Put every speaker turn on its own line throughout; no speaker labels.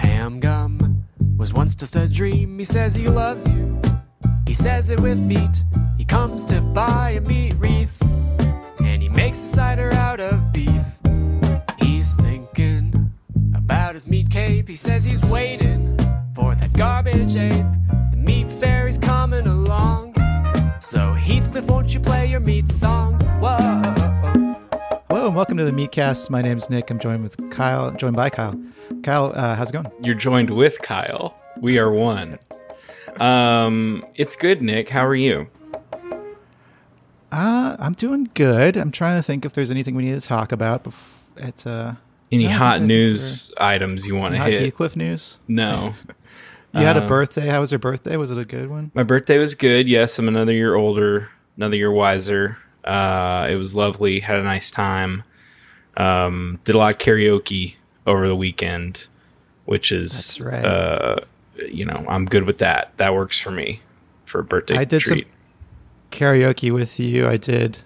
Gum Gum was once just a dream. He says he loves you. He says it with meat. He comes to buy a meat wreath. And he makes a cider out of beef. He's thinking about his meat cape. He says he's waiting for that garbage ape. The meat fairy's coming along. So Heathcliff, won't you play your meat song? Whoa.
Hello and welcome to the Meatcast. My name's Nick. I'm joined with Kyle, joined by Kyle. Kyle, uh, how's it going?
You're joined with Kyle. We are one. Um, it's good, Nick. How are you?
Uh, I'm doing good. I'm trying to think if there's anything we need to talk about. Bef- it's uh,
Any
No, I
hot
think
news items you want to
hot
hit?
Heathcliff news.
No.
You
Um,
had a birthday. How was your birthday? Was it a good one?
My birthday was good. Yes, I'm another year older, another year wiser. Uh, it was lovely. Had a nice time. Um, did a lot of karaoke over the weekend, which is
That's right.
uh, you know, I'm good with that. That works for me for a birthday
I did some-
treat.
Karaoke with you. I did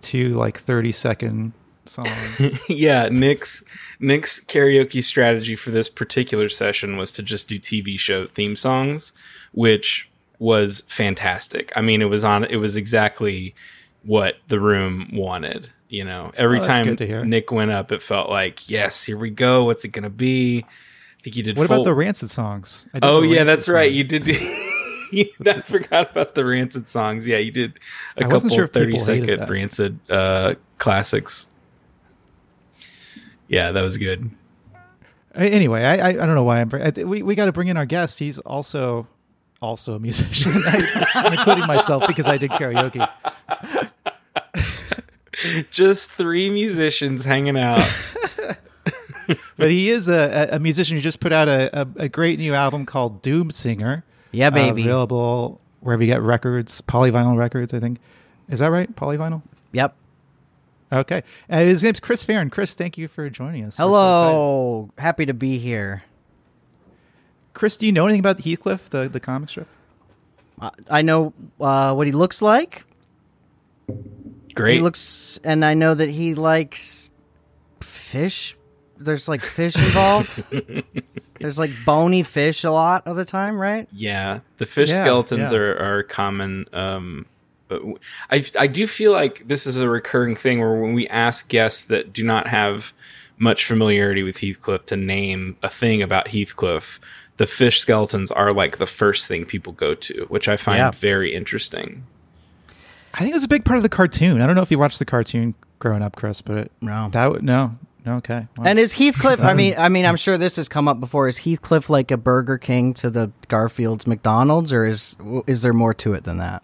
two like 30 second songs.
yeah, Nick's Nick's karaoke strategy for this particular session was to just do TV show theme songs, which was fantastic. I mean, it was on it was exactly what the room wanted, you know. Every
Oh, that's
time
good to hear.
Nick went up, it felt like, "Yes, here we go. What's it going to be?" I think you did
what
full-
about the Rancid songs? I did
Oh
the
yeah,
Rancid
that's right.
song.
You did you, I forgot about the Rancid songs. Yeah, you did a
I wasn't
couple
sure if people
30
hated
second
that.
Rancid uh classics. Yeah, that was good.
A- Anyway, I, I, I don't know why I'm. br- I, th- we we got to bring in our guest. He's also also a musician, I, am including myself because I did karaoke.
Just three musicians hanging out.
But he is a, a a musician who just put out a, a, a great new album called Doom Singer. uh,
Yeah, baby.
available wherever you get records, Polyvinyl Records, I think. Is that right? Polyvinyl.
Yep.
Okay. Uh, his name's Chris Farron. Chris, thank you for joining us. We're so excited.
Hello. Happy to be here.
Chris. Do you know anything about Heathcliff, the the comic strip?
I, I know uh, what he looks like.
Great.
He looks, and I know that he likes fish. There's like fish involved. There's like bony fish a lot of the time, right?
yeah, the fish
Yeah,
skeletons
yeah.
are are common um but w- I I do feel like this is a recurring thing where when we ask guests that do not have much familiarity with Heathcliff to name a thing about Heathcliff, the fish skeletons are like the first thing people go to, which I find
Yeah.
very interesting.
I think it was a big part of the cartoon. I don't know if you watched the cartoon growing up, Chris, but it,
No.
that would no, no, okay. Wow.
And is Heathcliff? I mean, I mean, I'm sure this has come up before. Is Heathcliff like a Burger King to the Garfield's McDonald's, or is is there more to it than that?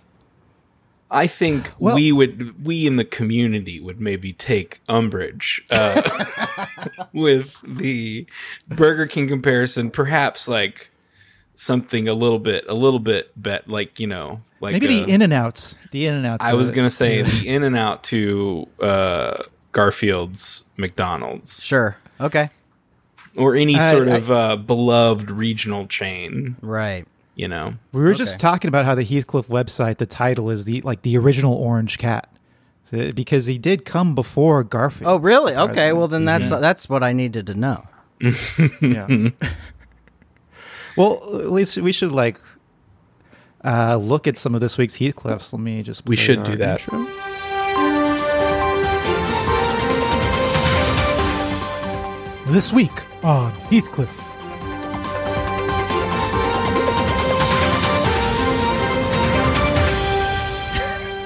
I think
Well-
we would, we in the community would maybe take umbrage uh, with the Burger King comparison, perhaps like something a little bit, a little bit bet, like you know, like
maybe
uh,
the In and Outs, the In and Outs.
I was
uh,
gonna say the In and Out to uh, Garfield's McDonald's
Sure. Okay.
or any
I-
sort
I-
of uh, beloved regional chain,
Right.
you know.
we were just
okay.
talking about how the Heathcliff website, the title is the like the original Orange Cat, So- because he did come before Garfield.
Oh, really? Okay.
surprisingly.
Well, then that's that's what I needed to know.
Yeah. well, at least we should like uh, look at some of this week's Heathcliffs. Let me just.
We
play
should do
our
that.
intro. This week on Heathcliff.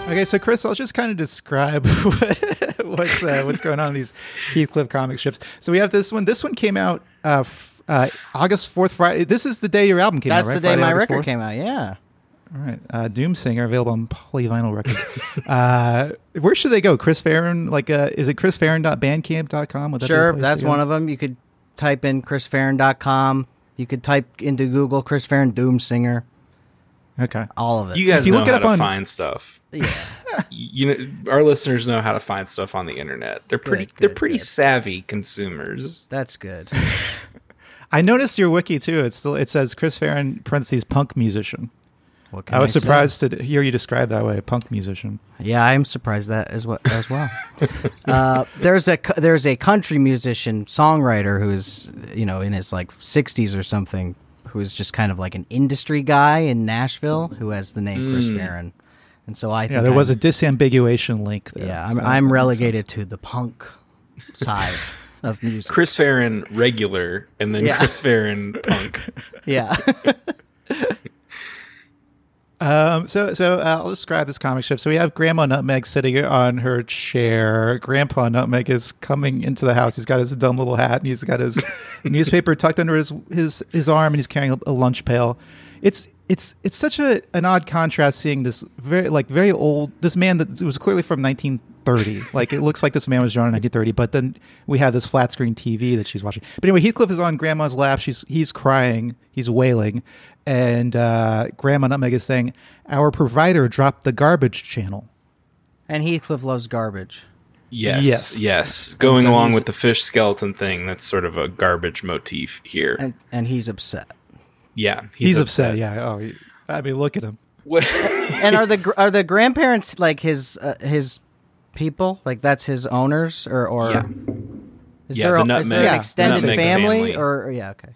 Okay, so Chris, I'll just kind of describe what- what's uh, what's going on in these Heathcliff comic strips. So we have this one. This one came out uh, f- uh, August fourth, Friday. This is the day your album came
That's
out, right?
the day
Friday,
my
August
record
4th?
came out. Yeah.
All right, uh, Doom Singer available on Polyvinyl Records. uh, where should they go? Chris Farron, like, uh, is it chrisfarron.bandcamp.com? Would that be a
sure.
place
That's
to go?
one of them. You could type in chrisfarron.com. You could type into Google Chris Farron Doom Singer.
Okay,
All of it.
You guys
If you
know
look it
how
up
to
on-
find stuff.
Yeah.
you know our listeners know how to find stuff on the internet they're pretty
Good,
they're
good,
pretty
good.
savvy consumers
That's good.
I noticed your wiki too. It's still it says Chris Farron parentheses punk musician.
What can
I was
say?
surprised to hear you describe that way, punk musician.
Yeah, I'm surprised that as well. As well, uh, there's a cu- there's a country musician songwriter who's you know in his like 60s or something who's just kind of like an industry guy in Nashville who has the name Chris Barron, and so I think
Yeah, there was a
I'm-
disambiguation link there.
yeah
so
I'm,
that
I'm
makes
relegated to the punk side of music.
Chris Farron regular, and then
Yeah.
Chris Farron punk.
Yeah,
Um, so so uh, I'll describe this comic strip. So we have Grandma Nutmeg sitting on her chair. Grandpa Nutmeg is coming into the house. He's got his dumb little hat and he's got his newspaper tucked under his his his arm and he's carrying a, a lunch pail. It's it's it's such a an odd contrast seeing this very like very old this man that was clearly from 1930. Like it looks like this man was drawn in 1930, but then we have this flat screen TV that she's watching. But anyway, Heathcliff is on Grandma's lap. She's he's crying, he's wailing, and uh, Grandma Nutmeg is saying, "Our provider dropped the garbage channel."
and Heathcliff loves garbage.
Yes,
Yes.
yes, Going
so
along
he's-
with the fish skeleton thing, that's sort of a garbage motif here.
and, and he's upset.
yeah,
He's, upset. Yeah. Oh, he- I mean, look at him.
Uh, What-
And are the gr- are the grandparents like his uh, his people? Like that's his owners or or
Yeah.
is
Yeah,
there,
the
a- is
nutmeg-
there
Yeah,
an extended
nutmeg
family,
family.
or yeah okay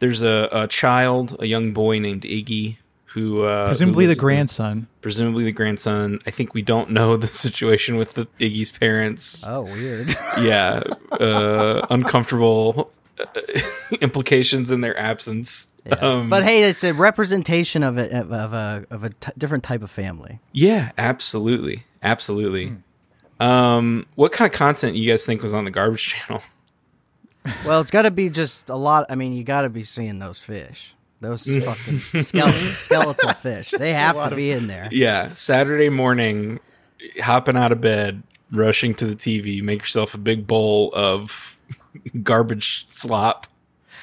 There's a, a child, a young boy named Iggy, who uh, who
Presumably the
lives with them.
grandson.
presumably the grandson. I think we don't know the situation with the Iggy's parents.
oh weird
Yeah, uh, uncomfortable uh, implications in their absence. Um,
but hey it's a representation of it of, of a of a t- different type of family
yeah, absolutely, absolutely.
Hmm.
Um, what kind of content you guys think was on the garbage channel?
well it's got to be just a lot I mean you got to be seeing those fish those
Mm.
fucking skeletal, skeletal fish they have to be in there
yeah, Saturday morning, hopping out of bed, rushing to the TV, make yourself a big bowl of garbage slop.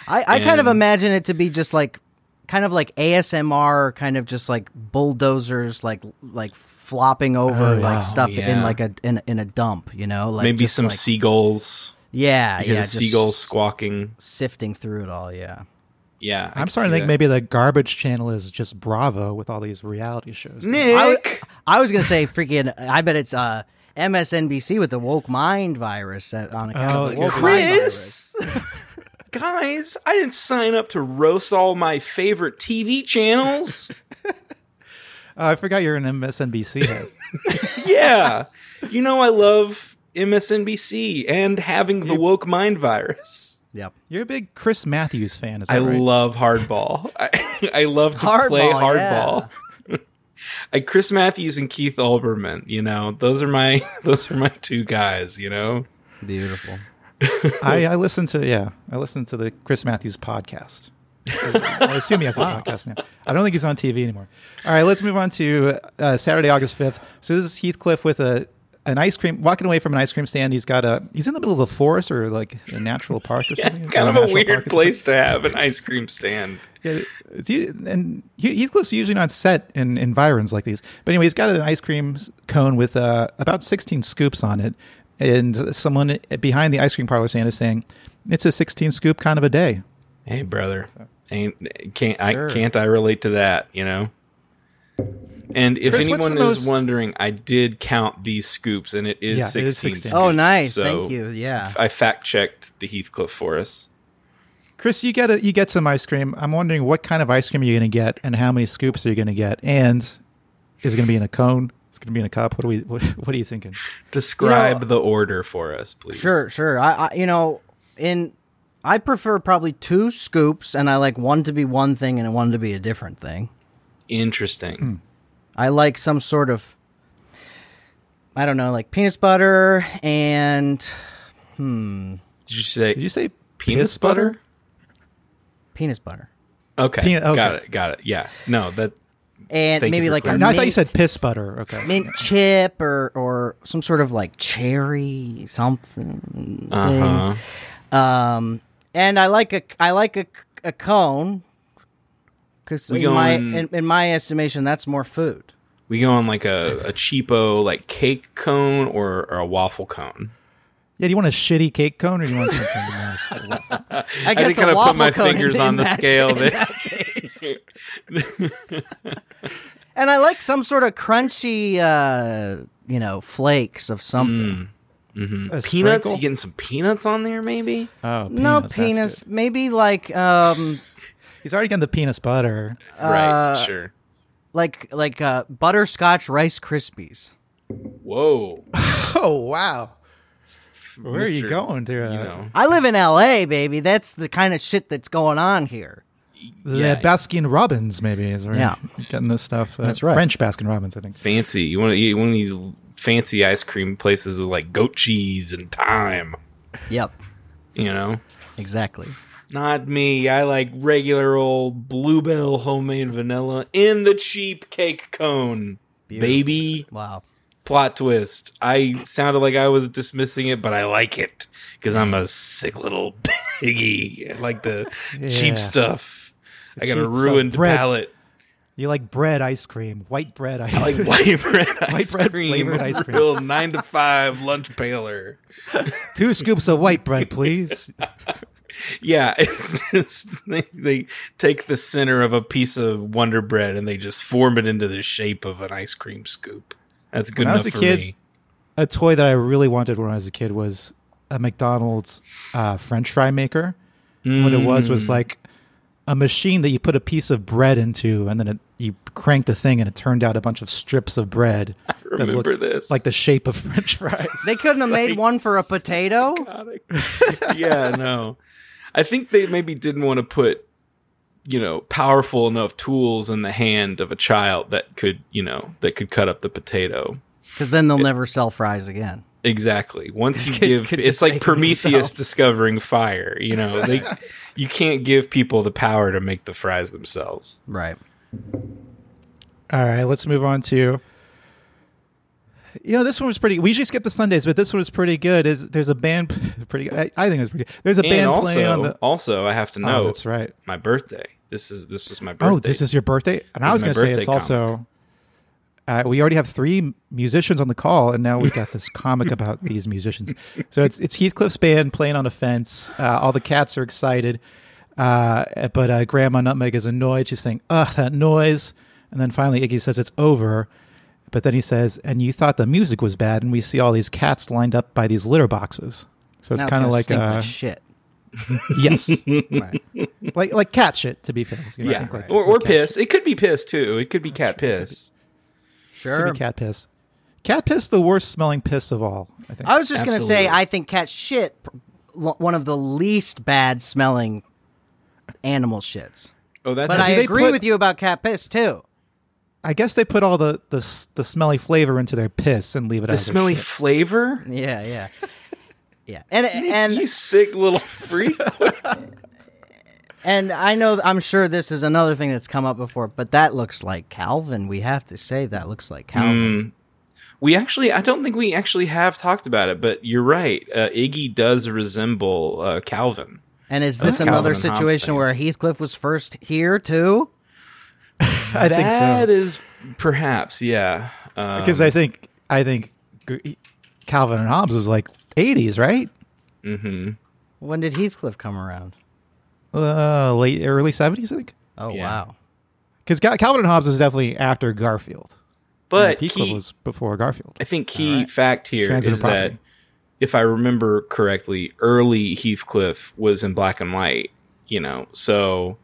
I, I kind
And-
of imagine it to be just like kind of like ASMR, kind of just like bulldozers, like like flopping over
Oh, wow.
like stuff in
Yeah.
like a in, in a dump, you know, like
Maybe
just
some
like-
seagulls.
yeah,
You hear
yeah,
the
just
seagulls squawking.
sifting through it all, yeah.
Yeah, I
I'm
could
starting to
see
think maybe the garbage channel is just Bravo with all these reality shows.
I,
that.
w- I was gonna say freaking. I bet it's uh MSNBC with the woke mind virus uh, on account
Oh,
of the woke mind virus.
Chris, guys, I didn't sign up to roast all my favorite TV channels.
Oh, I forgot you're an MSNBC head.
yeah, you know I love MSNBC and having the woke mind virus.
Yep.
You're a big Chris Matthews fan, is that
I
right?
love hardball. I, I love to
Hardball,
play
yeah.
hardball. I, Chris Matthews and Keith Olbermann, you know, those are my those are my two guys, you know.
Beautiful.
I, I listen to yeah, I listen to the Chris Matthews podcast. I assume he has a podcast now. I don't think he's on TV anymore. All right, let's move on to uh, Saturday, August fifth. So this is Heathcliff with a an ice cream walking away from an ice cream stand. He's got a he's in the middle of the forest or like a natural park or something.
Kind
Or
of a
national
weird
park or
place to have an ice cream stand.
yeah, it's, u- and Heath- Heathcliff's usually not set in environs like these. But anyway, he's got an ice cream s- cone with uh, about 16 scoops on it. And someone behind the ice cream parlor stand is saying, it's a 16 scoop kind of a day.
Hey, brother, ain't can't
Sure.
I can't I relate to that? You know. And if
Chris, what's
anyone is
the most-
wondering, I did count these scoops, and it is
Yeah, it is
sixteen.
16.
Oh,
scoops,
nice.
so
Thank you. Yeah.
I fact checked the Heathcliff for us.
Chris, you get a, you get some ice cream. I'm wondering what kind of ice cream you're going to get and how many scoops are you going to get? And is it going to be in a cone? Is it going to be in a cup? What are we? What, what are you thinking?
Describe the order for us, please.
Sure, sure. I, I you know, in I prefer probably two scoops, and I like one to be one thing and one to be a different thing.
Interesting.
Hmm.
I like some sort of, I don't know, like peanut butter and
Did you say
Did you say
penis
piss butter?
butter?
peanut butter
Okay.
Peanut- okay.
Got it. Got it. Yeah. No, that
and
Thank you
maybe
for
like a
No,
clarifying.
mint,
I thought you said piss butter. Okay.
mint chip or or some sort of like cherry something.
uh-huh.
Um, and I like a I like a, a cone because
We
in my
going-
in, in my estimation that's more food.
We go on like a, a cheapo like cake cone or, or a waffle cone.
Yeah. Do you want a shitty cake cone or do you want something nice?
I
I
guess
just
a
kind of
waffle
put my
cone
fingers
in-
on
in
the
that-
scale there.
And I like some sort of crunchy, uh, you know, flakes of
Mm,
something.
A
Peanuts?
sprinkle?
You getting some peanuts on there, maybe?
oh,
no
that's
penis.
good.
Maybe like um,
He's already getting the penis butter.
right, sure.
like like uh, butterscotch Rice Krispies.
Whoa.
Oh wow. Where are you
Mr.
going to? Uh,
You know.
I live in L.A., baby. That's the kind of shit that's going on here.
The
Yeah.
Baskin Robbins, maybe, is where
Yeah.
you're getting this stuff. Uh,
That's right.
French Baskin Robbins, I think.
Fancy. You want to eat one of these fancy ice cream places with like goat cheese and thyme,
Yep,
you know?
exactly.
Not me. I like regular old bluebell homemade vanilla in the cheap cake cone.
Beautiful.
Baby
Wow.
plot twist. I sounded like I was dismissing it, but I like it because I'm a sick little piggy. I like the
Yeah.
cheap stuff. I got
cheap
a
stuff.
ruined
Bread.
palate.
You like bread ice cream, white bread ice
I like
cream.
white bread ice
bread
cream.
flavored ice cream.
Real nine to five lunch paler.
Two scoops of white bread, please.
Yeah, it's just they, they take the center of a piece of Wonder Bread and they just form it into the shape of an ice cream scoop. That's good
When I
enough
was
for
a kid-
me.
a toy that I really wanted when I was a kid was a McDonald's uh, French fry maker. What it was
Mm.
was like a machine that you put a piece of bread into, and then it, you cranked the thing, and it turned out a bunch of strips of bread that
remember
looked
this.
like the shape of French fries.
They couldn't have made
Psych.
one for a potato.
yeah, no. I think they maybe didn't want to put, you know, powerful enough tools in the hand of a child that could, you know, that could cut up the potato.
Because then they'll never sell fries again.
Exactly. Once you
Kids
give,
could
it's
just
like
make 'em
Prometheus
themselves.
discovering fire. You know, they, you can't give people the power to make the fries themselves.
Right.
All right, let's move on to. You know, this one was pretty. We usually skip the Sundays, but this one was pretty good. Is there's a band pretty? I, I think it was pretty. good. There's a
and
band
also,
playing on the.
also, I have to
Oh,
know
that's right.
my birthday. This is this was my birthday.
Oh, this is your birthday, and I was
This
going
is
to say
my
it's
birthday
also. Uh, we already have three m- musicians on the call, and now we've got this comic about these musicians. So it's it's Heathcliff's band playing on a fence. Uh, all the cats are excited, uh, but uh, Grandma Nutmeg is annoyed. She's saying, "Ugh, that noise!" And then finally, Iggy says it's over. But then he says, "And you thought the music was bad, and we see all these cats lined up by these litter boxes." So it's
Now
kind of
gonna
like
stink
uh,
like shit.
yes,
Right.
like like cat shit. To be fair, It's gonna
yeah,
stink like- Oh,
or, or
like cat shit.
piss. It could be piss too. It could be cat piss.
Sure.
Maybe cat piss. Cat piss, the worst smelling piss of all. I think.
I was just going to say,
Absolutely.
I think cat shit, pr- lo- one of the least bad smelling animal shits.
Oh, that's
But I
do they
agree
put-
with you about cat piss too.
I guess they put all the, the s- the smelly flavor into their piss and leave it.
the smelly flavor.
Yeah, yeah, yeah. And
you
and
sick little freak.
and I know I'm sure this is another thing that's come up before, but that looks like Calvin. We have to say that looks like Calvin.
We actually, I don't think we actually have talked about it, but you're right. Uh, Iggy does resemble uh, Calvin.
And is this
Calvin
another
and Hobbes
situation
thing.
where Heathcliff was first here too?
I think
That
so.
is perhaps, yeah. Um,
Because I think I think G- Calvin and Hobbes was like eighties, right?
When did Heathcliff come around?
Uh, late early seventies, I think.
Oh
Yeah.
wow.
Because Calvin and Hobbes was definitely after Garfield.
but
Heathcliff
key-
was before Garfield.
I think key fact here
Transitive
is that
property.
if I remember correctly, early Heathcliff was in black and white. You know, so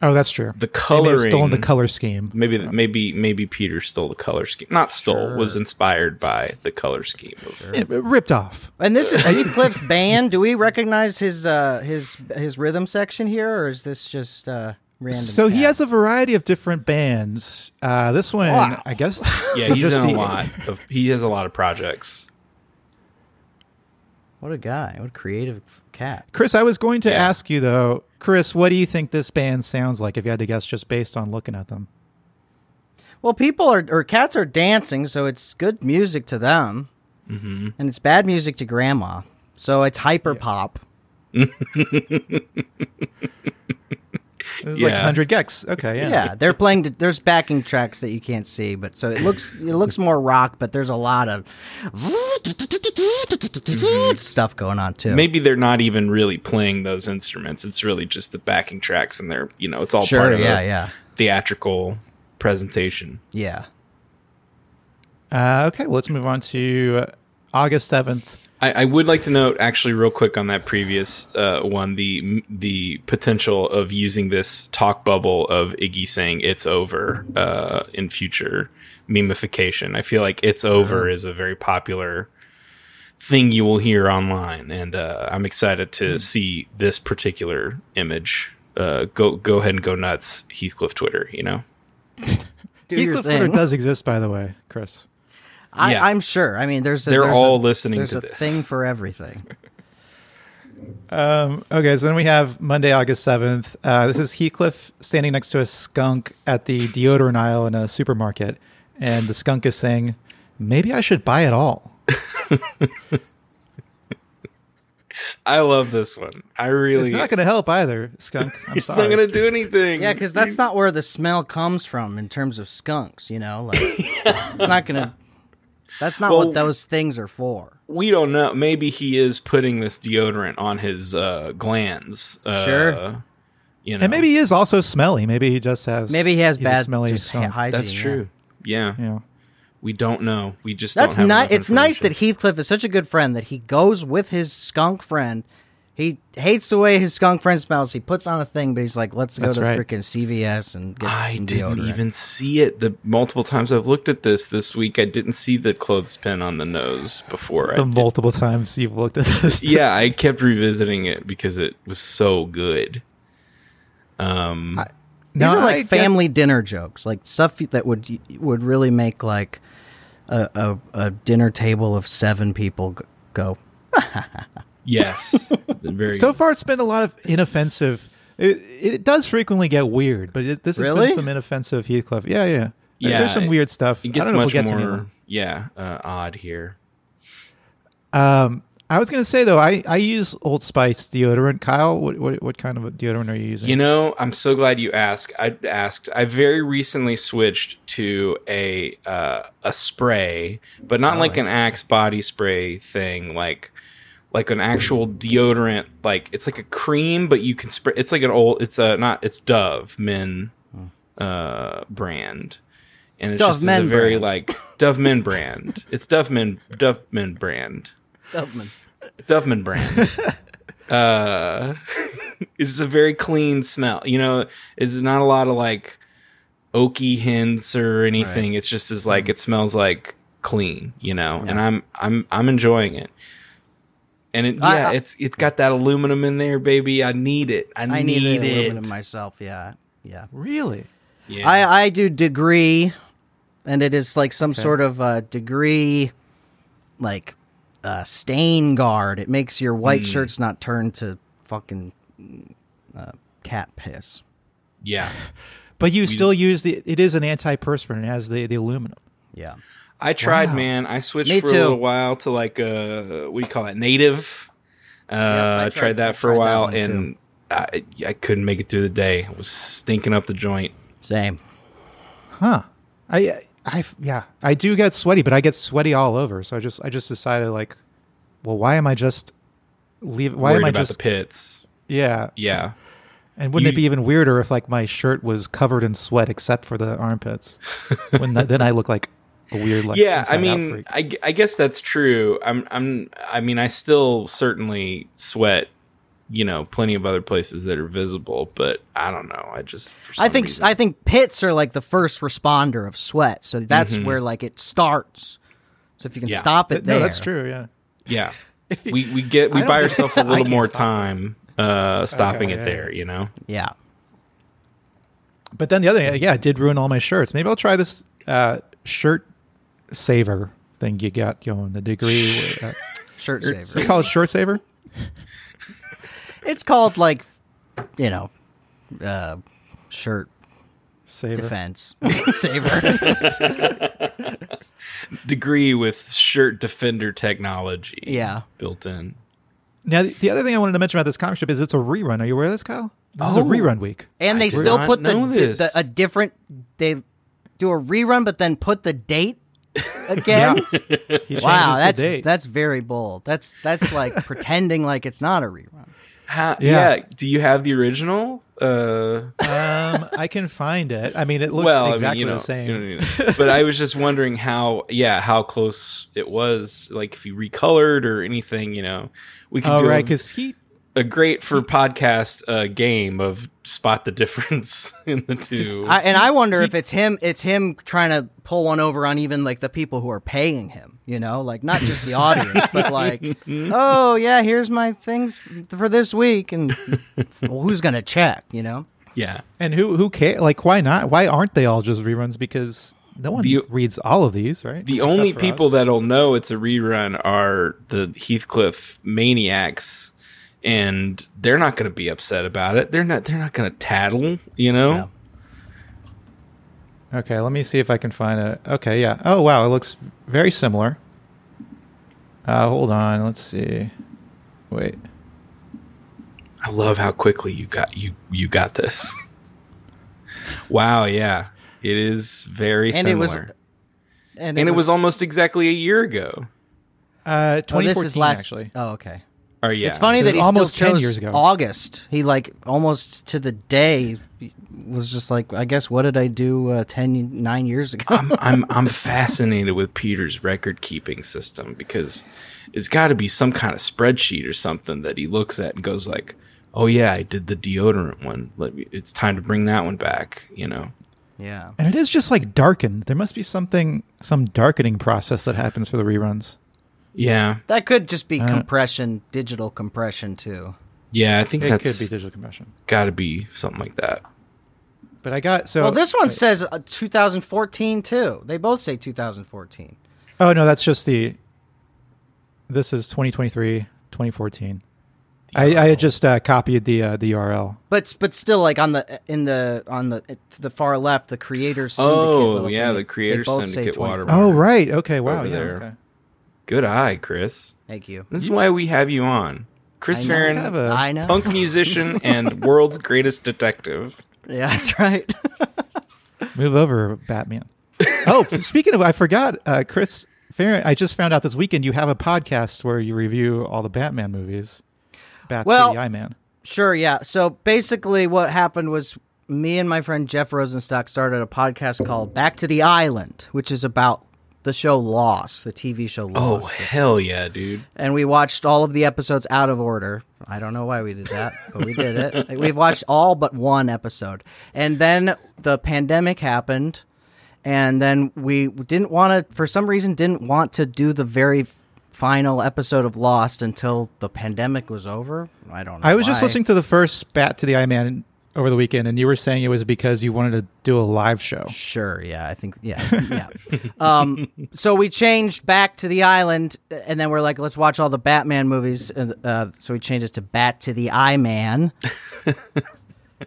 Oh, that's true.
the
They may
coloring
have stolen the color scheme.
Maybe maybe maybe Peter stole the color scheme. Not stole, was inspired by the color scheme. Of,
It, it ripped off.
And this is Heathcliff's band. Do we recognize his uh, his his rhythm section here, or is this just uh, random?
So he
cat?
has a variety of different bands. Uh, this one,
Wow.
I guess.
Yeah, he's
just
in a
the-
lot of he has a lot of projects.
what a guy! What a creative cat!
Chris, I was going to ask you though, Chris, what do you think this band sounds like if you had to guess just based on looking at them?
Well, people are or cats are dancing, so it's good music to them, mm-hmm. and it's bad music to grandma. So it's hyper pop.
It was like
Yeah.
100 gex. Okay, yeah.
Yeah. they're playing. There's backing tracks that you can't see, but so it looks it looks more rock, but there's a lot of
Mm-hmm.
stuff going on too.
Maybe they're not even really playing those instruments. It's really just the backing tracks and they're you know, it's all
sure,
part of
yeah,
a
yeah.
theatrical presentation.
Yeah.
Uh, okay, well, let's move on to uh, August seventh.
I, I would like to note, actually, real quick on that previous uh, one, the the potential of using this talk bubble of Iggy saying "it's over" uh, in future memification. I feel like "it's over" is a very popular thing you will hear online, and uh, I'm excited to see this particular image. Uh, go go ahead and go nuts, Heathcliff Twitter. You know,
Do your
Heathcliff Twitter
thing.
does exist, by the way, Chris.
I,
Yeah.
I'm sure. I mean, there's a,
They're
there's
all
a-
listening
there's
to
a
this.
thing for everything.
Um, okay, so then we have Monday, August seventh. Uh, this is Heathcliff standing next to a skunk at the deodorant aisle in a supermarket, and the skunk is saying, "Maybe I should buy it all."
I love this one. I really.
It's not going to help either, skunk. I'm
it's
sorry.
not going to do anything.
Yeah, because that's not where the smell comes from in terms of skunks. You know, like it's not gonna. That's not
Well-
what those things are for.
we don't know. Maybe he is putting this deodorant on his uh, glands. Uh,
Sure.
You know,
and maybe he is also smelly. Maybe he just has.
Maybe he has
he's a
bad
smelly
just hy-
skunk.
hygiene.
that's
yeah.
true. Yeah.
Yeah.
we don't know. We just
That's
don't have
nice.
enough
It's nice that
information.
Heathcliff is such a good friend that he goes with his skunk friend. He hates the way his skunk friend smells. He puts on a thing, but he's like, "Let's go
That's
to
right.
freaking CVS and get
I
some
didn't
deodorant."
even see it. The multiple times I've looked at this this week, I didn't see the clothespin on the nose before. I
The
did.
multiple times you've looked at this.
yeah, I kept revisiting it because it was so good. Um,
These
Now,
are like
I get-
family dinner jokes, like stuff that would would really make like a a, a dinner table of seven people g- go.
yes, very.
So far, it's been a lot of inoffensive. It, it does frequently get weird, but it, this has
Really?
been some inoffensive Heathcliff. Yeah, yeah, Like,
Yeah,
There's some
it-
weird stuff.
it gets
I don't know
much
if we'll get to any
more,
of
yeah, uh, odd here.
them. um, I was gonna say though, I, I use Old Spice deodorant. Kyle, what, what what kind of deodorant are you using?
You know, I'm so glad you asked. I asked. I very recently switched to a uh, a spray, but not like an Axe body spray thing, like like an actual deodorant. Like it's like a cream, but you can spray. It's like an old. It's a not. It's Dove Men uh, brand, and it's
Hmm. Dove
just it's a
Men
very
brand.
like Dove Men brand. It's Dove Men Dove Men brand.
Dublin.
Duffman brand. uh, it's a very clean smell. You know, it's not a lot of like oaky hints or anything. It's just as like it smells like clean. You know, and I'm I'm I'm enjoying it. And it, yeah,
I- I-
it's it's got that aluminum in there, baby. I need it. I,
I
need,
need
it.
aluminum myself. Yeah, yeah.
really?
yeah.
I uh, I do degree, and it is like some sort of uh, degree, like uh, stain guard. It makes your
Hmm.
white shirts not turn to fucking uh, cat piss.
yeah.
But you still use the. It is an antiperspirant. It has the the aluminum.
Yeah.
I tried, man. I switched
Me
for
too.
a little while to like uh what do you call that? Native. Uh,
I
I
tried-
tried,
I
that for a
tried that
while,
one,
and I, I couldn't make it through the day. I was stinking up the joint.
Same.
Huh. I I yeah, I do get sweaty, but I get sweaty all over. So I just I just decided like, well, why am I just leave why
Worried
am I
about
just
the pits?
yeah.
Yeah,
And wouldn't it
You-
be even weirder if like my shirt was covered in sweat except for the armpits? when th- then I look like a weird like
yeah. I
inside-out
mean,
freak.
I, gu- I guess that's true. I'm I'm I mean, I still certainly sweat. You know, plenty of other places that are visible, but I don't know. I just for some
I think
reason-
I think pits are like the first responder of sweat, so that's where like it starts. So if you can
Mm-hmm. Yeah.
stop it
Th- no,
there,
that's true. Yeah.
yeah.
If you-
We we get we
I
buy
don't-
ourselves
I
a little
can't
more
stop it.
time uh stopping
Okay,
it
yeah,
there. You know.
Yeah,
But then the other thing, yeah, it did ruin all my shirts. Maybe I'll try this uh, shirt saver thing you got going. The degree. Uh,
shirt
you
saver.
call it shirt saver?
It's called like, you know, uh, shirt
Saver.
defense saver.
degree with shirt defender technology.
Yeah.
Built in.
Now, the, the other thing I wanted to mention about this comic strip is it's a rerun. Are you aware of this, Kyle? This is a
Oh.
rerun week.
And
I
they
did
still
not
put the,
know
the-
this.
the- a different. They do a rerun, but then put the date again.
He changes
Wow,
the
that's
date.
that's very bold. That's that's like pretending like it's not a rerun.
Ha- yeah.
Yeah.
Do you have the original? Uh,
um, I can find it. I mean, it looks
well, I mean,
exactly
you know,
the same.
you know, you know. but I was just wondering how, yeah, how close it was. Like if you recolored or anything, you know, we could
oh,
do
right,
a,
because he
a great for podcast uh, game of spot the difference in the two.
I, and I wonder if it's him. It's him trying to pull one over on even like the people who are paying him. You know, like not just the audience, but like, oh yeah, here's my things for this week, and well, who's gonna check? You know,
yeah.
and who who care? Like, why not? Why aren't they all just reruns? Because no one
The-
reads all of these, right?
The
Except
only
for
people
us.
that'll know it's a rerun are the Heathcliff maniacs, and they're not going to be upset about it. They're not. They're not going to tattle. You know.
No.
Okay, let me see if I can find a. Okay, yeah. Oh wow, it looks very similar. Uh, hold on, let's see. Wait.
I love how quickly you got you you got this. wow. Yeah. It is very
And it
similar.
was- and
and it was almost exactly a year ago.
Uh,
oh,
2014
this is last.
actually.
Oh, okay.
Or yeah.
It's funny
So
that he
almost
still
10
chose
years ago.
August. He like almost to the day was just like, I guess what did I do uh, 10, 9 years ago?
I'm I'm I'm fascinated with Peter's record keeping system because it's got to be some kind of spreadsheet or something that he looks at and goes like, "Oh yeah, I did the deodorant one. Let me, it's time to bring that one back." You know?
yeah.
And it is just like darkened. There must be something, some darkening process that happens for the reruns.
Yeah,
That could just be compression, digital compression too.
yeah. I think
It could be
that's
digital compression.
got to be something like that.
But I got so.
Well, this one says uh, 2014 too. They both say 2014.
Oh no, that's just the. This is 2023, 2014. I, I had just uh, copied the uh, the URL.
But but still, like on the in the on the eh, to the far left, the creators. Syndicate
Oh,
little
yeah,
thing,
the
they
Creator
both say
Syndicate
20.
watermark.
Oh right, okay, wow,
Over
yeah,
there.
okay.
Good eye, Chris.
Thank you.
This is why we have you on, Chris
I know.
Farron,
Have a-
I know.
punk musician and world's greatest detective.
Yeah, that's right.
Move over, Batman. oh, f- speaking of, I forgot, uh, Chris Farron. I just found out this weekend you have a podcast where you review all the Batman movies. Bat
Well-
to the Eye Man.
Sure, yeah. So basically, what happened was me and my friend Jeff Rosenstock started a podcast called Back to the Island, which is about the show Lost, the TV show
Oh
Lost.
hell yeah, dude!
And we watched all of the episodes out of order. I don't know why we did that, but we did it. We've watched all but one episode. And then the pandemic happened, and then we didn't want to, for some reason, didn't want to do the very final episode of Lost until the pandemic was over. I don't know.
I was just
why.
listening to the first Bat to the Eye Man over the weekend, and you were saying it was because you wanted to do a live show.
Sure. Yeah. I think. Yeah. Yeah. um, so we changed back to the island, and then we're like, let's watch all the Batman movies. And uh, so we changed it to Bat to the Eye Man.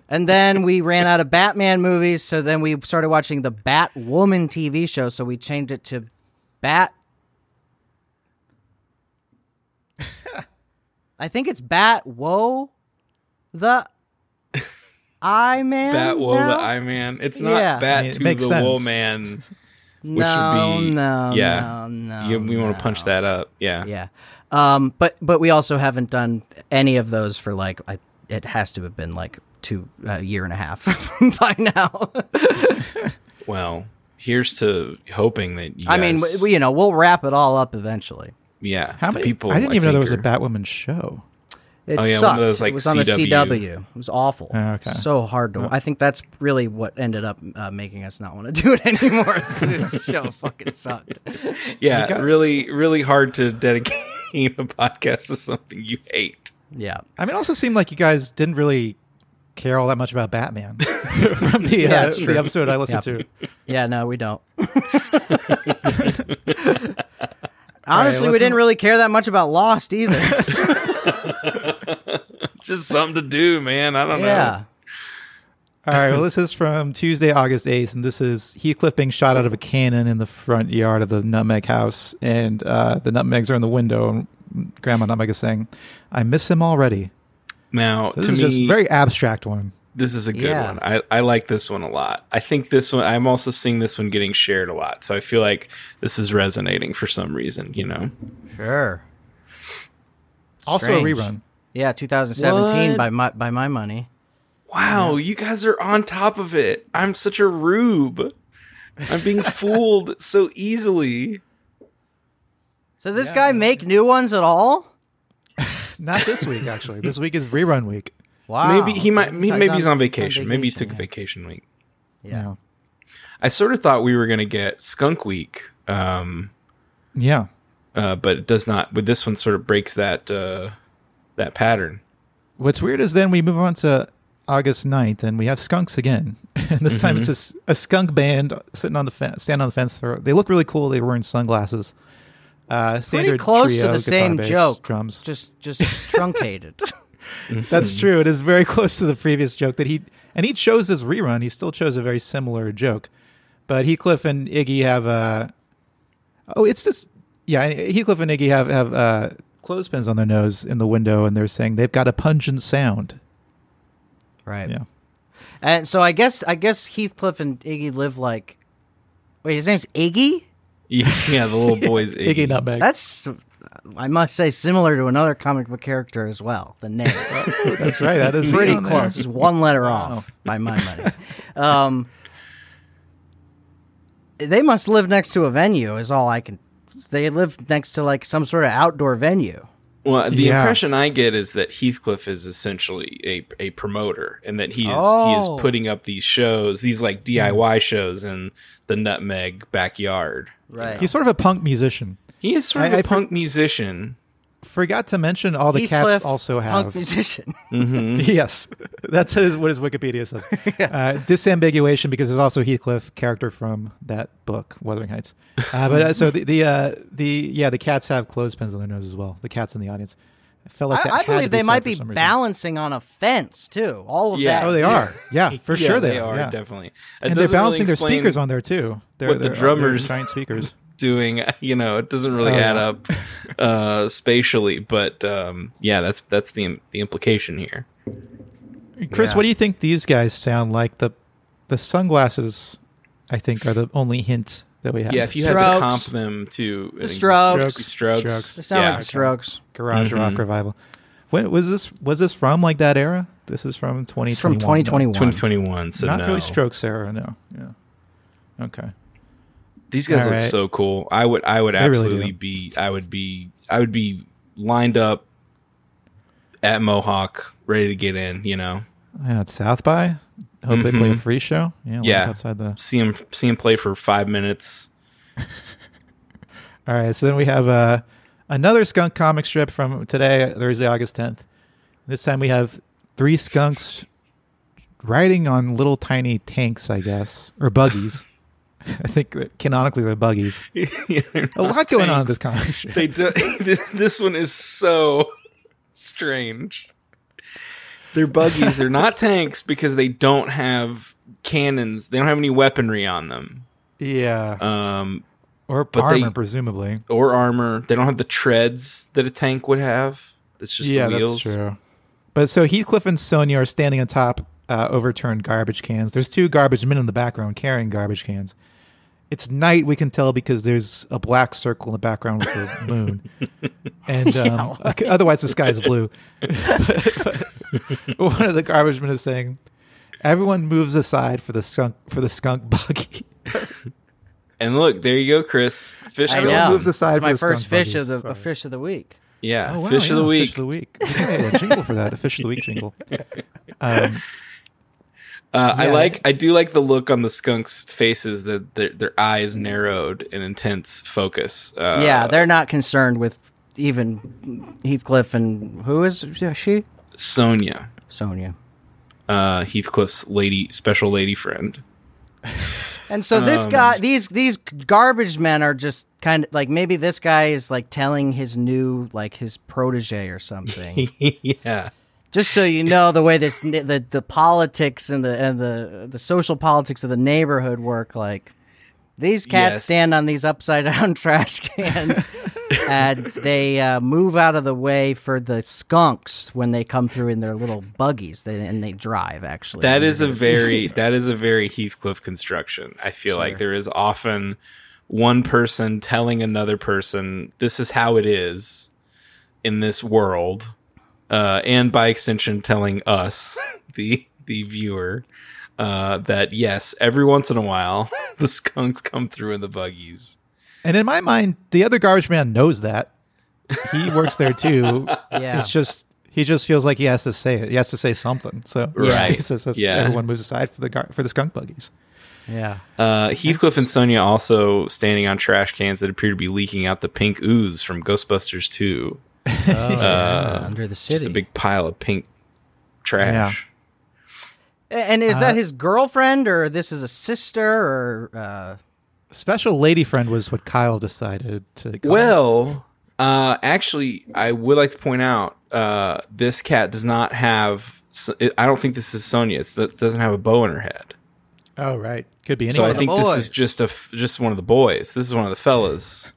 and then we ran out of Batman movies, so then we started watching the Batwoman TV show. So we changed it to Bat. I think it's Bat Whoa, the Eye Man.
Bat Wola
now?
Eye Man. It's not
Yeah.
Bat
I mean, it
to
makes
the
sense.
Wool Man. Which
no,
would be
no,
yeah.
no, no.
You- we want
no.
to punch that up. Yeah.
Yeah, um, but but we also haven't done any of those for like I, it has to have been like two a year and a half by now.
Well, here's to hoping that you.
I mean,
guys-
we, you know, we'll wrap it all up eventually.
yeah.
How
the
many
people?
I didn't even know there was
think,
a
are-
Batwoman show.
It
Oh, yeah, one of
sucked.
those, like,
it was on the
CW.
CW. It was awful.
Oh, okay.
So hard to. I think that's really what ended up uh, making us not want to do it anymore. Is because this show fucking sucked.
Yeah, really, really hard to dedicate a podcast to something you hate.
Yeah.
I mean, it also seemed like you guys didn't really care all that much about Batman from the,
Yeah,
uh,
it's true.
the episode I listened
Yeah.
to.
Yeah, no, we don't. Honestly,
let's
we didn't
move-
really care that much about Lost either.
Just something to do, man. I don't know.
yeah.
All right, well, this is from Tuesday, August 8th, and this is Heathcliff being shot out of a cannon in the front yard of the Nutmeg House, and uh, the nutmegs are in the window, and Grandma Nutmeg is saying, I miss him already.
Now,
This
to
is
me,
just very abstract one.
this is a good
Yeah.
one. I, I like this one a lot. I think this one. I'm also seeing this one getting shared a lot, so I feel like this is resonating for some reason. You know.
Sure.
Also a
Strange.
rerun.
Yeah, 2017
What?
by my by my money.
Wow, you guys are on top of it. I'm such a rube. I'm being fooled so easily.
So this
Yeah,
guy
that's
make new ones at all?
Not this week, actually. This week is rerun week.
Wow.
Maybe he might.
not-
Maybe he's on vacation. Maybe he took
vacation,
a vacation week.
Yeah. yeah.
I sort of thought we were gonna get Skunk Week, um,
Yeah.
uh, but it does not. But this one sort of breaks that uh, that pattern.
What's weird is then we move on to August 9th and we have skunks again. And this time it's a s-
Mm-hmm.
a, skunk band sitting on the fence, stand on the fence. They're- They look really cool. They were wearing sunglasses. Uh,
Pretty
standard
close
trio,
to the
guitar,
same
bass,
joke.
Drums.
Just just truncated.
That's true. It is very close to the previous joke that he and he chose this rerun. He still chose a very similar joke, but Heathcliff and Iggy have uh oh, it's this yeah. Heathcliff and Iggy have have uh, clothespins on their nose in the window, and they're saying they've got a pungent sound.
right.
Yeah,
And so I guess I guess Heathcliff and Iggy live like Wait, his name's Iggy?
Yeah, yeah, the little boy's
Iggy,
Iggy.
Nutmeg.
That's I must say similar to another comic book character as well, the name.
That's right. That is
Pretty
on there.
close. It's one letter off by my money. Um They must live next to a venue is all I can they live next to like some sort of outdoor venue.
Well, the
Yeah.
impression I get is that Heathcliff is essentially a, a promoter, and that he is he
Oh.
is putting up these shows, these
Hmm.
like DIY shows in the Nutmeg backyard.
Right.
He's sort of a punk musician.
He is sort of
I-
a
I for-
punk musician.
Forgot to mention all the
Heathcliff,
cats also
punk
have
musician.
Yes, that's his, what his Wikipedia says. uh, disambiguation, because there's also Heathcliff character from that book, Wuthering Heights. Uh, but uh, so the the, uh, the yeah the cats have clothespins on their nose as well. The cats in the audience. I felt like that
I, I
had to
believe
be
they
said
might
for
be
some reason.
balancing on a fence too. All of
Yeah.
that.
Oh, they are. Yeah, for
Yeah,
sure they, are. yeah.
definitely. It
And they're
doesn't really
balancing their
explain
speakers on there too. They're,
what the
they're- they're
drummers-
giant speakers.
doing. You know, it doesn't really
Oh,
add
yeah.
up uh, spatially, but um, yeah, that's that's the im- the implication here.
Chris,
Yeah.
what do you think these guys sound like? The the sunglasses, I think, are the only hint that we have.
Yeah, if you had
Strokes.
to comp them to an exist-
Strokes.
strokes,
Strokes.
They sound
yeah.
like the Strokes.
garage
Mm-hmm.
rock revival. When was this? Was this from like that era? This is from 2021.
It's from 2021.
2021. So
No, not
no.
really Strokes era. No. Yeah. Okay.
These guys
All right.
look so cool. I would I would
really
absolutely
do.
be I would be I would be lined up at Mohawk, ready to get in, you know.
Yeah, it's South by. Hope they play a free show. Yeah. like
Mm-hmm. Yeah.
outside the.
See him see him play for 5 minutes.
All right. So then we have uh, another skunk comic strip from today, Thursday, August 10th. This time we have three skunks riding on little tiny tanks, I guess, or buggies. I think that canonically they're buggies. A lot going on in this comic strip.
They do, this this one is so strange. They're buggies, they're not tanks because they don't have cannons. They don't have any weaponry on them.
yeah.
Um
or
but they-
armor, presumably.
or armor. They don't have the treads that a tank would have. It's just
yeah,
the wheels.
that's true. But so Heathcliff and Sonia are standing on top uh, overturned garbage cans. There's two garbage men in the background carrying garbage cans. It's night, we can tell because there's a black circle in the background with the moon, and um, otherwise the sky is blue. One of the garbage men is saying, "Everyone moves aside for the skunk for the skunk buggy."
And look, there you go, Chris. Fish
I
skeleton.
know.
moves aside
It's my
for the skunk
first fish
buggies.
of the
Sorry.
fish of the week.
Yeah,
Oh, wow,
fish of
yeah,
the week.
Fish of the week. We can get a jingle for that. A fish of the week jingle. Um,
Uh, I
Yeah.
like, I do like the look on the skunks' faces that their, their eyes narrowed in intense focus. Uh,
yeah, they're not concerned with even Heathcliff and who is she?
Sonia,
Sonia.
uh, Heathcliff's lady, special lady friend.
And so this
Um,
guy, these these garbage men are just kind of like maybe this guy is like telling his new like his protege or something.
yeah,
just so you know the way this the the politics and the and the the social politics of the neighborhood work like these cats
Yes.
stand on these upside down trash cans and they uh, move out of the way for the skunks when they come through in their little buggies they, and they drive actually
that is a very, that is a very Heathcliff construction. I feel like there is often one person telling another person, "This is how it is in this world." uh, and by extension, telling us, the the viewer, uh, that yes, every once in a while, the skunks come through in the buggies.
And in my mind, the other garbage man knows that. He works there too.
Yeah.
It's just he just feels like he has to say it. He has to say something. So
Right.
he says that's-
Yeah.
everyone moves aside for the gar- for the skunk buggies.
yeah.
Uh, Heathcliff and Sonia also standing on trash cans that appear to be leaking out the pink ooze from Ghostbusters 2.
Uh, under the city.
Just a big pile of pink trash.
A- and is that his girlfriend or this is a sister or uh,
Special lady friend was what Kyle decided to. Call
Well, uh, actually, I would like to point out uh, this cat does not have. s- I don't think this is Sonia. It's- It doesn't have a bow in her head.
it. Oh right, could be
So
anyone.
I
the
think this is
boys.
just a f- just one of the boys. This is one of the fellas.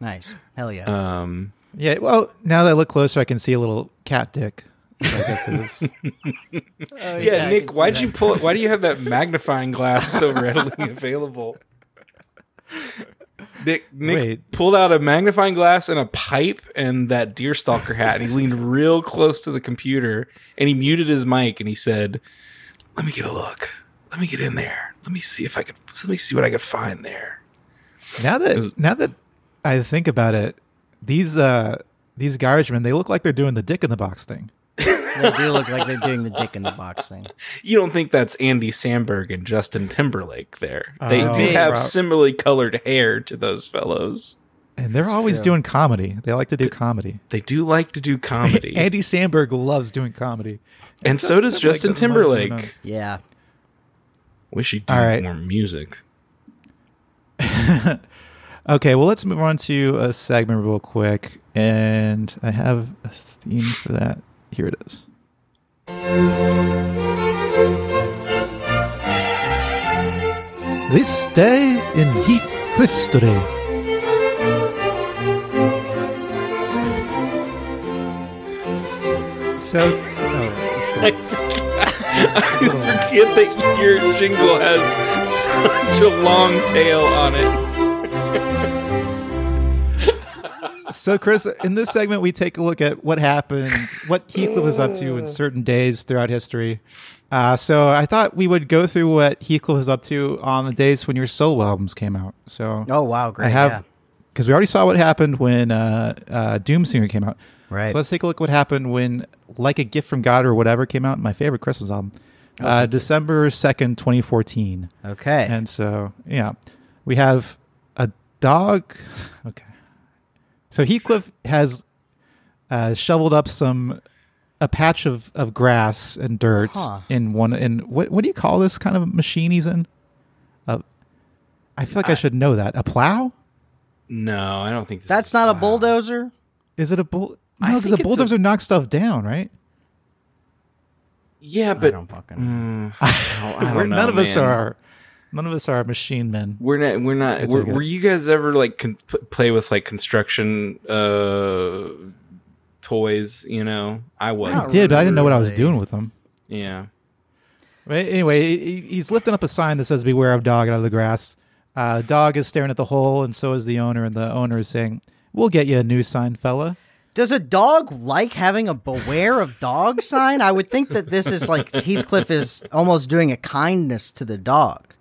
nice? Hell yeah.
Um,
yeah. Well, now that I look closer, I can see a little cat dick. So I guess it is.
yeah,
I can
Nick,
see
why'd
that.
you pull it? Why do you have that magnifying glass so readily available? Nick, Nick
Wait.
pulled out a magnifying glass and a pipe and that deerstalker hat, and he leaned real close to the computer and he muted his mic and he said, "Let me get a look. Let me get in there. Let me see if I could. Let me see what I could find there."
now that now that I think about it, these uh these garbage men they look like they're doing the dick in the box thing.
They do look like they're doing the dick in the box thing.
You don't think that's Andy Samberg and Justin Timberlake there? They
Oh,
do
Big
have
prob-
similarly colored hair to those fellows.
And they're always doing comedy. They like to do comedy.
They do like to do comedy.
Andy Sandberg loves doing comedy.
and so does Justin
Justin Timberlake doesn't like
Timberlake.
Yeah.
Wish he'd do
All right.
more music.
Okay, well, let's move on to a segment real quick. And I have a theme for that. Here it is. This day in Heathcliff today. So, oh,
I forget, I forget that your jingle has such a long tail on it.
So, Chris, in this segment, we take a look at what happened, what Heathcliff was up to in certain days throughout history. Uh, so, I thought we would go through what Heathcliff was up to on the days when your solo albums came out. So,
Oh wow, great.
I
yeah.
have because we already saw what happened when uh, uh, Doomsinger came out.
Right.
So, let's take a look what happened when "Like a Gift from God" or whatever came out. My favorite Christmas album,
Oh,
uh, December second, twenty fourteen.
Okay.
And so, yeah, we have a dog. Okay. So Heathcliff has uh, shoveled up some a patch of, of grass and dirt
Huh.
in one in what what do you call this kind of machine he's in? Uh, I feel like I, should know that. A plow?
No, I don't think this
That's
is-
not a
wow.
bulldozer.
Is it a bull?
I
No, because a
think it's a-
bulldozer knocks stuff down, right?
Yeah,
I
but
don't fucking.
Mm, I don't
We're-
know,
none of us
man.
are. None of us are machine men.
We're not. We're not.
It's
Were,
okay.
were you guys ever like con- p- play with like construction uh toys? You know, I was.
I did, but I didn't know what I was
really.
doing with them.
Yeah.
Right? Anyway, he- he's lifting up a sign that says "Beware of dog" out of the grass. Uh, dog is staring at the hole, and so is the owner. And the owner is saying, "We'll get you a new sign, fella."
Does a dog like having a beware of dog sign? I would think that this is like Heathcliff is almost doing a kindness to the dog.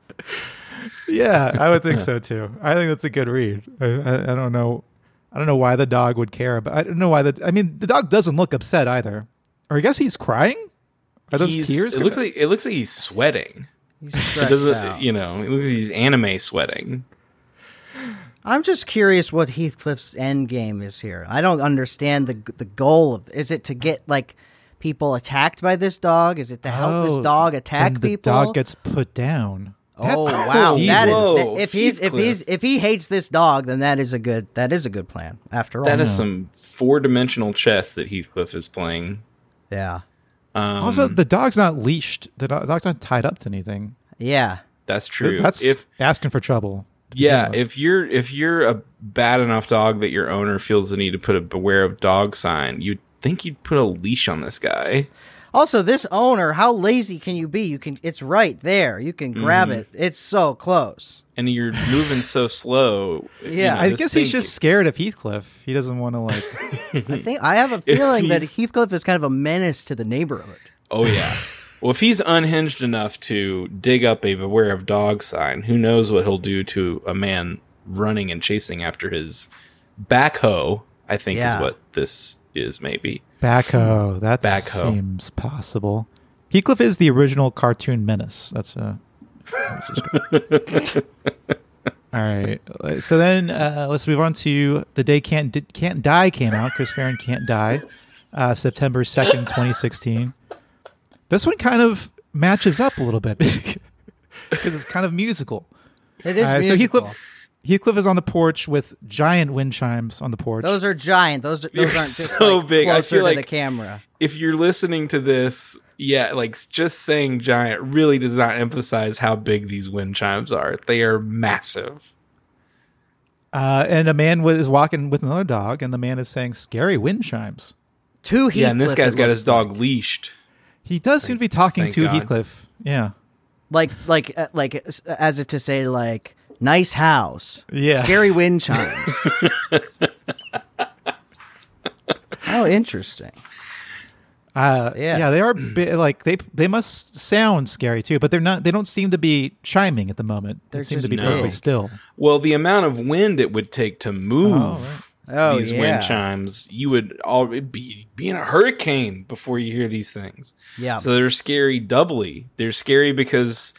Yeah, I would think so too. I think that's a good read. I, I, I don't know, I don't know why the dog would care, but I don't know why the. I mean, the dog doesn't look upset either, or I guess he's crying. Are those
He's-
tears?
It looks like it looks like he's sweating.
He's
It
stressed out.
doesn't. You know, it looks like he's anime sweating.
I'm just curious what Heathcliff's end game is here. I don't understand the the goal of. Is it to get like people attacked by this dog? Is it to help
Oh,
this dog attack
then the
people?
dog gets put down.
oh wow,
deep.
that is
Whoa,
if he's if
Heathcliff.
he's if he hates this dog, then that is a good that is a good plan. After
Oh,
all,
That is some four dimensional chess that Heathcliff is playing.
yeah,
Um,
also, the dog's not leashed. The do- dog's not tied up to anything.
yeah.
that's true.
That's
if
asking for trouble.
yeah, if you're if you're a bad enough dog that your owner feels the need to put a beware of dog sign, you'd think you'd put a leash on this guy.
Also, this owner, how lazy can you be? You can. It's right there. You can grab
Mm-hmm.
it. It's so close.
and you're moving so slow. you
Yeah.
know,
I
this
guess he's
thing-
just scared of Heathcliff. He doesn't want to like.
I think I have a feeling that
he's-
Heathcliff is kind of a menace to the neighborhood.
Oh yeah. well, if he's unhinged enough to dig up a beware of dog sign, who knows what he'll do to a man running and chasing after his backhoe? I think
Yeah.
is what this is maybe.
Backhoe. That
Backhoe.
seems possible. Heathcliff is the original cartoon menace. That's uh, a. All right. So then uh, let's move on to the day can't Di- can't die came out. Chris Farron can't die, uh, September second, twenty sixteen. This one kind of matches up a little bit because it's kind of musical.
It
Uh,
is
so
musical.
Heathcliff, Heathcliff is on the porch with giant wind chimes on the porch.
Those are giant. Those, those
They're
aren't just
so
like,
big. I
Closer
feel
to
like-
the camera.
If you're listening to this, yeah, like just saying giant really does not emphasize how big these wind chimes are. They are massive.
Uh, and a man was, is walking with another dog, and the man is saying scary wind chimes.
Two Heathcliff.
yeah, and this guy's
it
got
looks
his dog leashed.
He does seem to be talking
thank
to
God.
Heathcliff. Yeah.
like like uh, like s- as if to say like nice house
Yeah.
scary wind chimes oh interesting
Uh, yeah.
Yeah.
They are bi- like they they must sound scary too, but they're not. They don't seem to be chiming at the moment. They
They're
seem to
just
be perfectly
big.
still.
Well, the amount of wind it would take to move
Oh,
these
yeah.
wind chimes, you would all it'd be be in a hurricane before you hear these things.
yeah
So they're scary doubly. They're scary because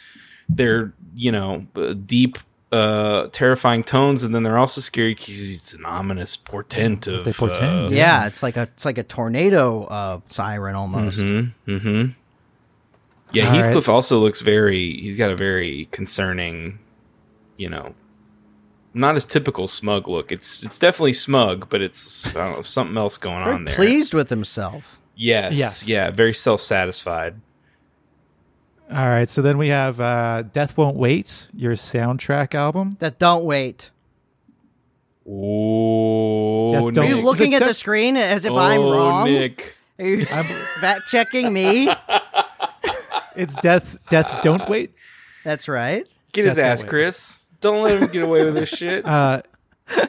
they're you know uh, deep, uh, terrifying tones, and then they're also scary because it's an ominous portent of
They portend,
uh,
yeah it's like a it's like a tornado uh siren
Mm-hmm.
almost
hmm Yeah,
All right.
Heathcliff also looks very. He's got a very concerning, you know, not his typical smug look. It's it's definitely smug, but it's I don't know something else going
Very
on there.
pleased with himself
Yes,
Yes.
yeah, very self satisfied.
All right. So then we have uh, Death Won't Wait, your soundtrack album.
that don't wait
Oh,
That
are
don't-
you
Is
Nick.
it
looking at
that-
the screen as if
oh,
i'm wrong
Nick.
are you fact checking me
It's Death Death Don't Wait.
that's right
Get his
Death don't
ass,
wait.
Chris. Don't let him get away with this shit.
Uh,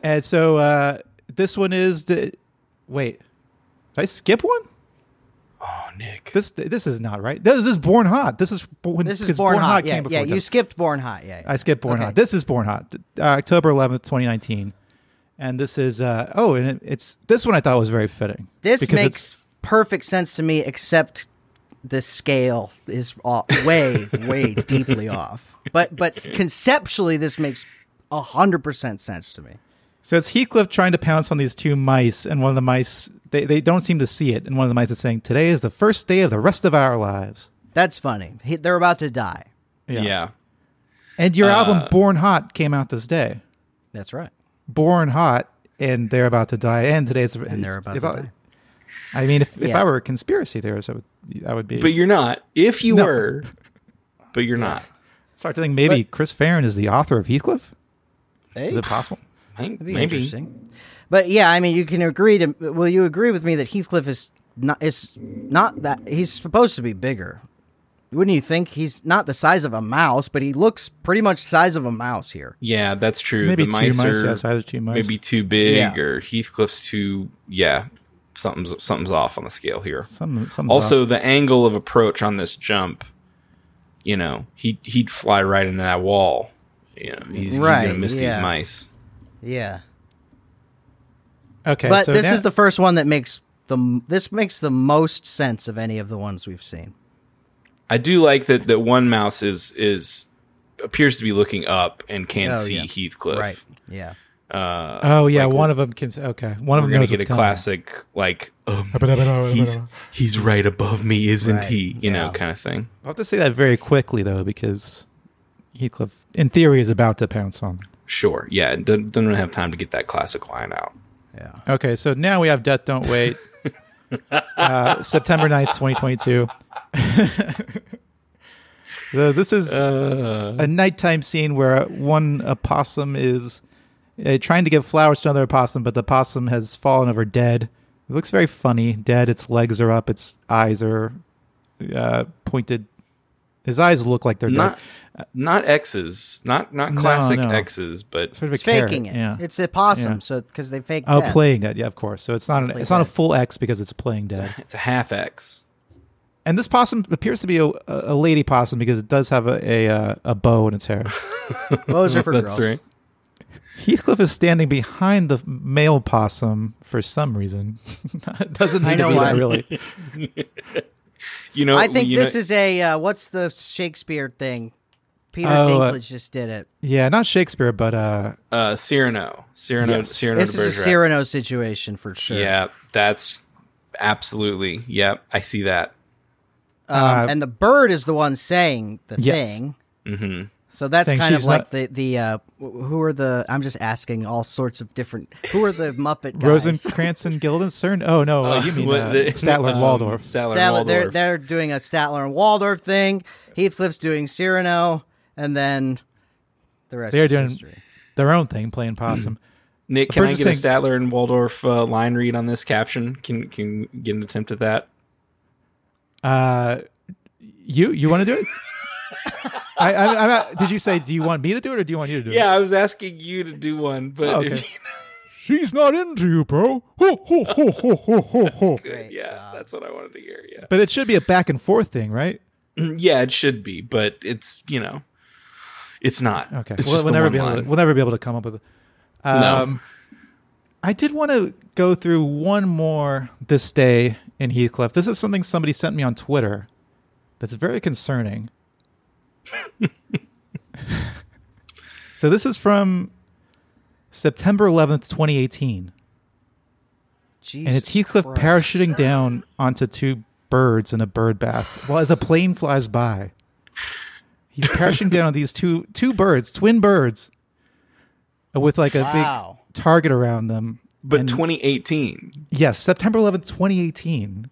and so uh, this one is the wait. Did I skip one?
oh, Nick.
This this is not right. This, this is Born Hot. This is when
this is
because
born, hot, yeah,
came before.
yeah you
Death-
skipped born hot yeah, yeah.
I skipped Born
Okay.
Hot. This is Born Hot, th- uh, October 11th, 2019. And this is, uh, oh, and it, it's this one I thought was very fitting.
This
because
makes
it's-
perfect sense to me, except the scale is off, way, way deeply off. But but conceptually, this makes hundred percent sense to me.
so it's Heathcliff trying to pounce on these two mice, and one of the mice, they, they don't seem to see it. And one of the mice is saying, Today is the first day of the rest of our lives.
That's funny. He, they're about to die.
yeah. Uh,
And your album, Born Hot, came out this day.
That's right.
Born Hot, and they're about to die. And today's. And
they're about to die.
I mean, if, if
Yeah.
I were a conspiracy theorist, I would, I would be.
but you're not. If you were, but you're not.
start to think maybe Chris Farron is the author of Heathcliff.
Hey,
Is it possible?
Maybe.
that'd be interesting. But yeah, I mean, you can agree to. Will you agree with me that Heathcliff is not is not that he's supposed to be bigger? Wouldn't you think he's not the size of a mouse, but he looks pretty much the size of a mouse here?
Yeah, that's true.
Maybe
the
two
mice,
mice,
are
yes, either two mice.
maybe too big
Yeah.
or Heathcliff's too yeah, something's something's off on the scale here.
Some, some
also the angle of approach on this jump, you know, he he'd fly right into that wall. You know, he's, he's
Right,
gonna miss these
yeah.
mice.
Yeah.
Okay,
but
so
this
now-
is the first one that makes the m- this makes the most sense of any of the ones we've seen.
I do like that that one mouse is is appears to be looking up and can
Oh,
see
yeah.
Heathcliff.
Right. Yeah.
oh yeah, one of them can. Okay, one of
We're
them
gonna
knows
get
what's
a
coming.
classic like um,
Ba-da-ba-da-ba-da-ba.
he's he's right above me, isn't
Right,
he? You know,
yeah.
kind of thing.
I'll have to say that very quickly though, because Heathcliff, in theory, is about to pounce on. them.
Sure. Yeah. it Doesn't, doesn't really have time to get that classic line out.
Yeah.
Okay, so now we have Death Don't Wait, uh, September 9th, twenty twenty two. This is a nighttime scene where one opossum is uh, trying to give flowers to another opossum, but the opossum has fallen over dead. It looks very funny. Dead. Its legs are up. Its eyes are uh, pointed. His eyes look like they're
Not
dark.
not X's, not not
No,
classic
no.
X's, but
Sort of a
It's faking
carrot,
it.
Yeah.
It's a possum,
Yeah.
so because they fake.
oh,
death.
playing dead. Yeah, of course. So it's not an, it's not a
dead.
full X because it's playing dead.
it's a half X.
And this possum appears to be a, a lady possum because it does have a a, uh, a bow in its hair.
Those are for
That's
girls.
right.
Heathcliff is standing behind the male possum for some reason. it doesn't need
I know
to be
why.
that really.
You know,
I think
you
this
know-
is a uh, what's the Shakespeare thing? Peter
Oh, uh,
Dinklage just did it.
Yeah, not Shakespeare, but uh,
uh, Cyrano, Cyrano,
Yes.
Cyrano
This
de
is a
Bergerac.
Cyrano situation for sure.
Yeah, that's absolutely. Yep, I see that.
Um,
Uh,
and the bird is the one saying the
Yes.
thing.
hmm
So that's
Saying
kind of
she's
like
not-
the the uh, wh- who are the? I'm just asking all sorts of different. Who are the Muppet guys?
Rosencrantz and Guildenstern. Oh no, uh, you mean
what
uh,
the-
Statler and
um,
Waldorf?
Statler and
Statler, they're
Waldorf.
they're doing a Statler and Waldorf thing. Heathcliff's doing Cyrano, and then the rest.
They're
is
doing-
history.
Their own thing, playing possum.
Nick, can I
first
get a
thing-
Statler and Waldorf uh, line read on this caption? Can can we get an attempt at that?
Uh, you you want to do it? I, I, I'm out. Did you say? Do you want me to do it, or do you want you to do it?
Yeah, I was asking you to do one, but
Oh,
if
okay.
you
She's not into you, bro. Ho, ho, ho, ho, ho, ho, ho.
could, yeah, that's what I wanted to hear. Yeah,
But it should be a back and forth thing, right?
yeah, it should be, but it's you know, it's not.
Okay.
it's
we'll, we'll
just the
never
one
be able to,
line.
we'll never be able to come up with. it. Um, I did want to go through one more this day in Heathcliff. This is something somebody sent me on Twitter. That's very concerning. so this is from September 11th, 2018,
Jesus
and it's Heathcliff
Christ.
parachuting down onto two birds in a bird bath while as a plane flies by. He's parachuting down on these two two birds, twin birds, with like a
Wow.
big target around them.
But
And-
2018,
Yes, September 11th, 2018.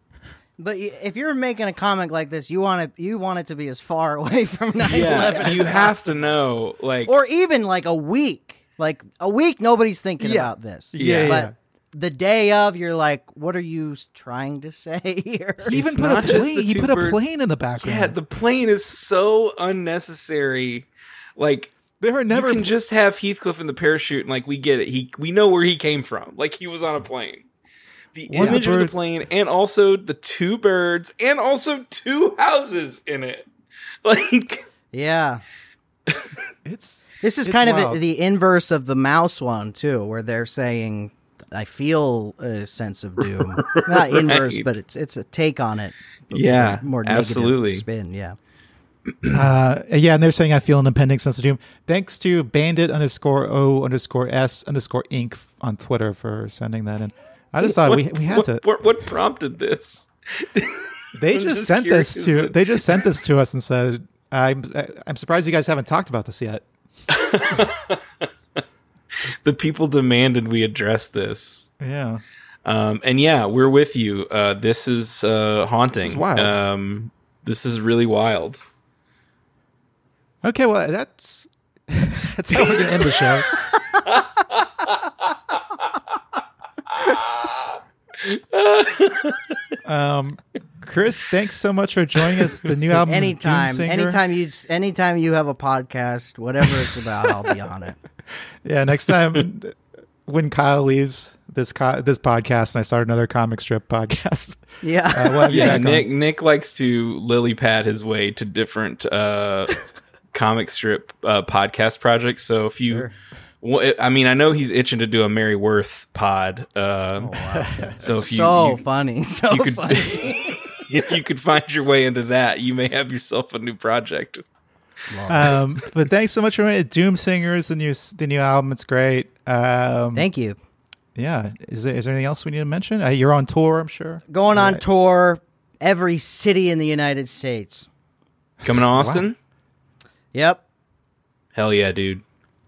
But y- if you're making a comic like this, you want it you want it to be as far away from 9/11
yeah, you have to know, like,
or even like a week. Like a week nobody's thinking
Yeah.
about this.
Yeah,
But
yeah.
the day of you're like, what are you s- trying to say here?
He
It's
even put a
not just
plane.
the
He
two
put a
birds.
plane in the
yeah,
background.
the plane is so unnecessary. Like,
there are never
you can just have Heathcliff in the parachute, and like we get it. He we know where he came from. Like he was on a plane. The
One
image of
bird-
the plane, and also the two birds, and also two houses in it. Like
yeah.
it's
This is
It's
kind
wild.
of the inverse of the mouse one too, where they're saying I feel a sense of doom. Not inverse,
Right.
but it's it's a take on it. but
Yeah,
more negative
absolutely. Mm-hmm.
spin. Yeah,
uh, yeah, and they're saying I feel an impending sense of doom. Thanks to bandit underscore o underscore s underscore inc on Twitter for sending that in. I just thought we we had
what,
to.
What, what prompted this?
They
I'm
just,
just
sent
curious.
this to. They just sent this to us and said, "I'm uh, I'm surprised you guys haven't talked about this yet."
The people demanded we address this.
Yeah,
Um, and yeah, we're with you. Uh, this is uh, haunting.
wild.
Um, this is really wild.
Okay, well that's that's how we're gonna end the show. um, Chris, thanks so much for joining us. The new album, is Doom
anytime,
Singer.
anytime you anytime you have a podcast, whatever it's about, I'll be on
Uh,
it.
Yeah, next time when Kyle leaves this co- this podcast and I start another comic strip podcast,
Yeah.
uh, we'll have you
Yeah,
back on.
Nick Nick likes to lily pad his way to different uh, comic strip uh, podcast projects. So if you, Wha- I mean, I know he's itching to do a Mary Worth pod.
Oh,
Uh, So if you,
so
you-
funny. So
you could,
funny.
if you could find your way into that, you may have yourself a new project.
Um, but thanks so much for it. Doom Singer is the new the new album. It's great. Um,
Thank you.
yeah, is there, is there anything else we need to mention? Uh, you're on tour, I'm sure.
Going on tour, every city in the United States.
Coming to Austin?
Yep.
Hell yeah, dude!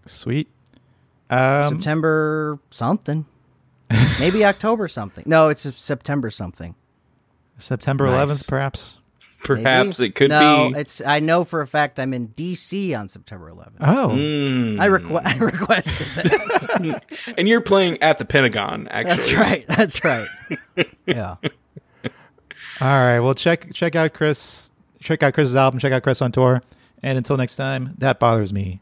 Sweet.
September something. Maybe October something. No, it's September something.
September
Nice.
11th, perhaps.
Maybe.
Perhaps it could
no,
be.
it's. I know for a fact I'm in D.C. on September 11th.
Oh,
Mm.
I, requ- I requested that.
and you're playing at the Pentagon. Actually,
That's right. That's right. Yeah.
All right. Well, check check out Chris. Check out Chris's album. Check out Chris on tour. And until next time, that bothers me.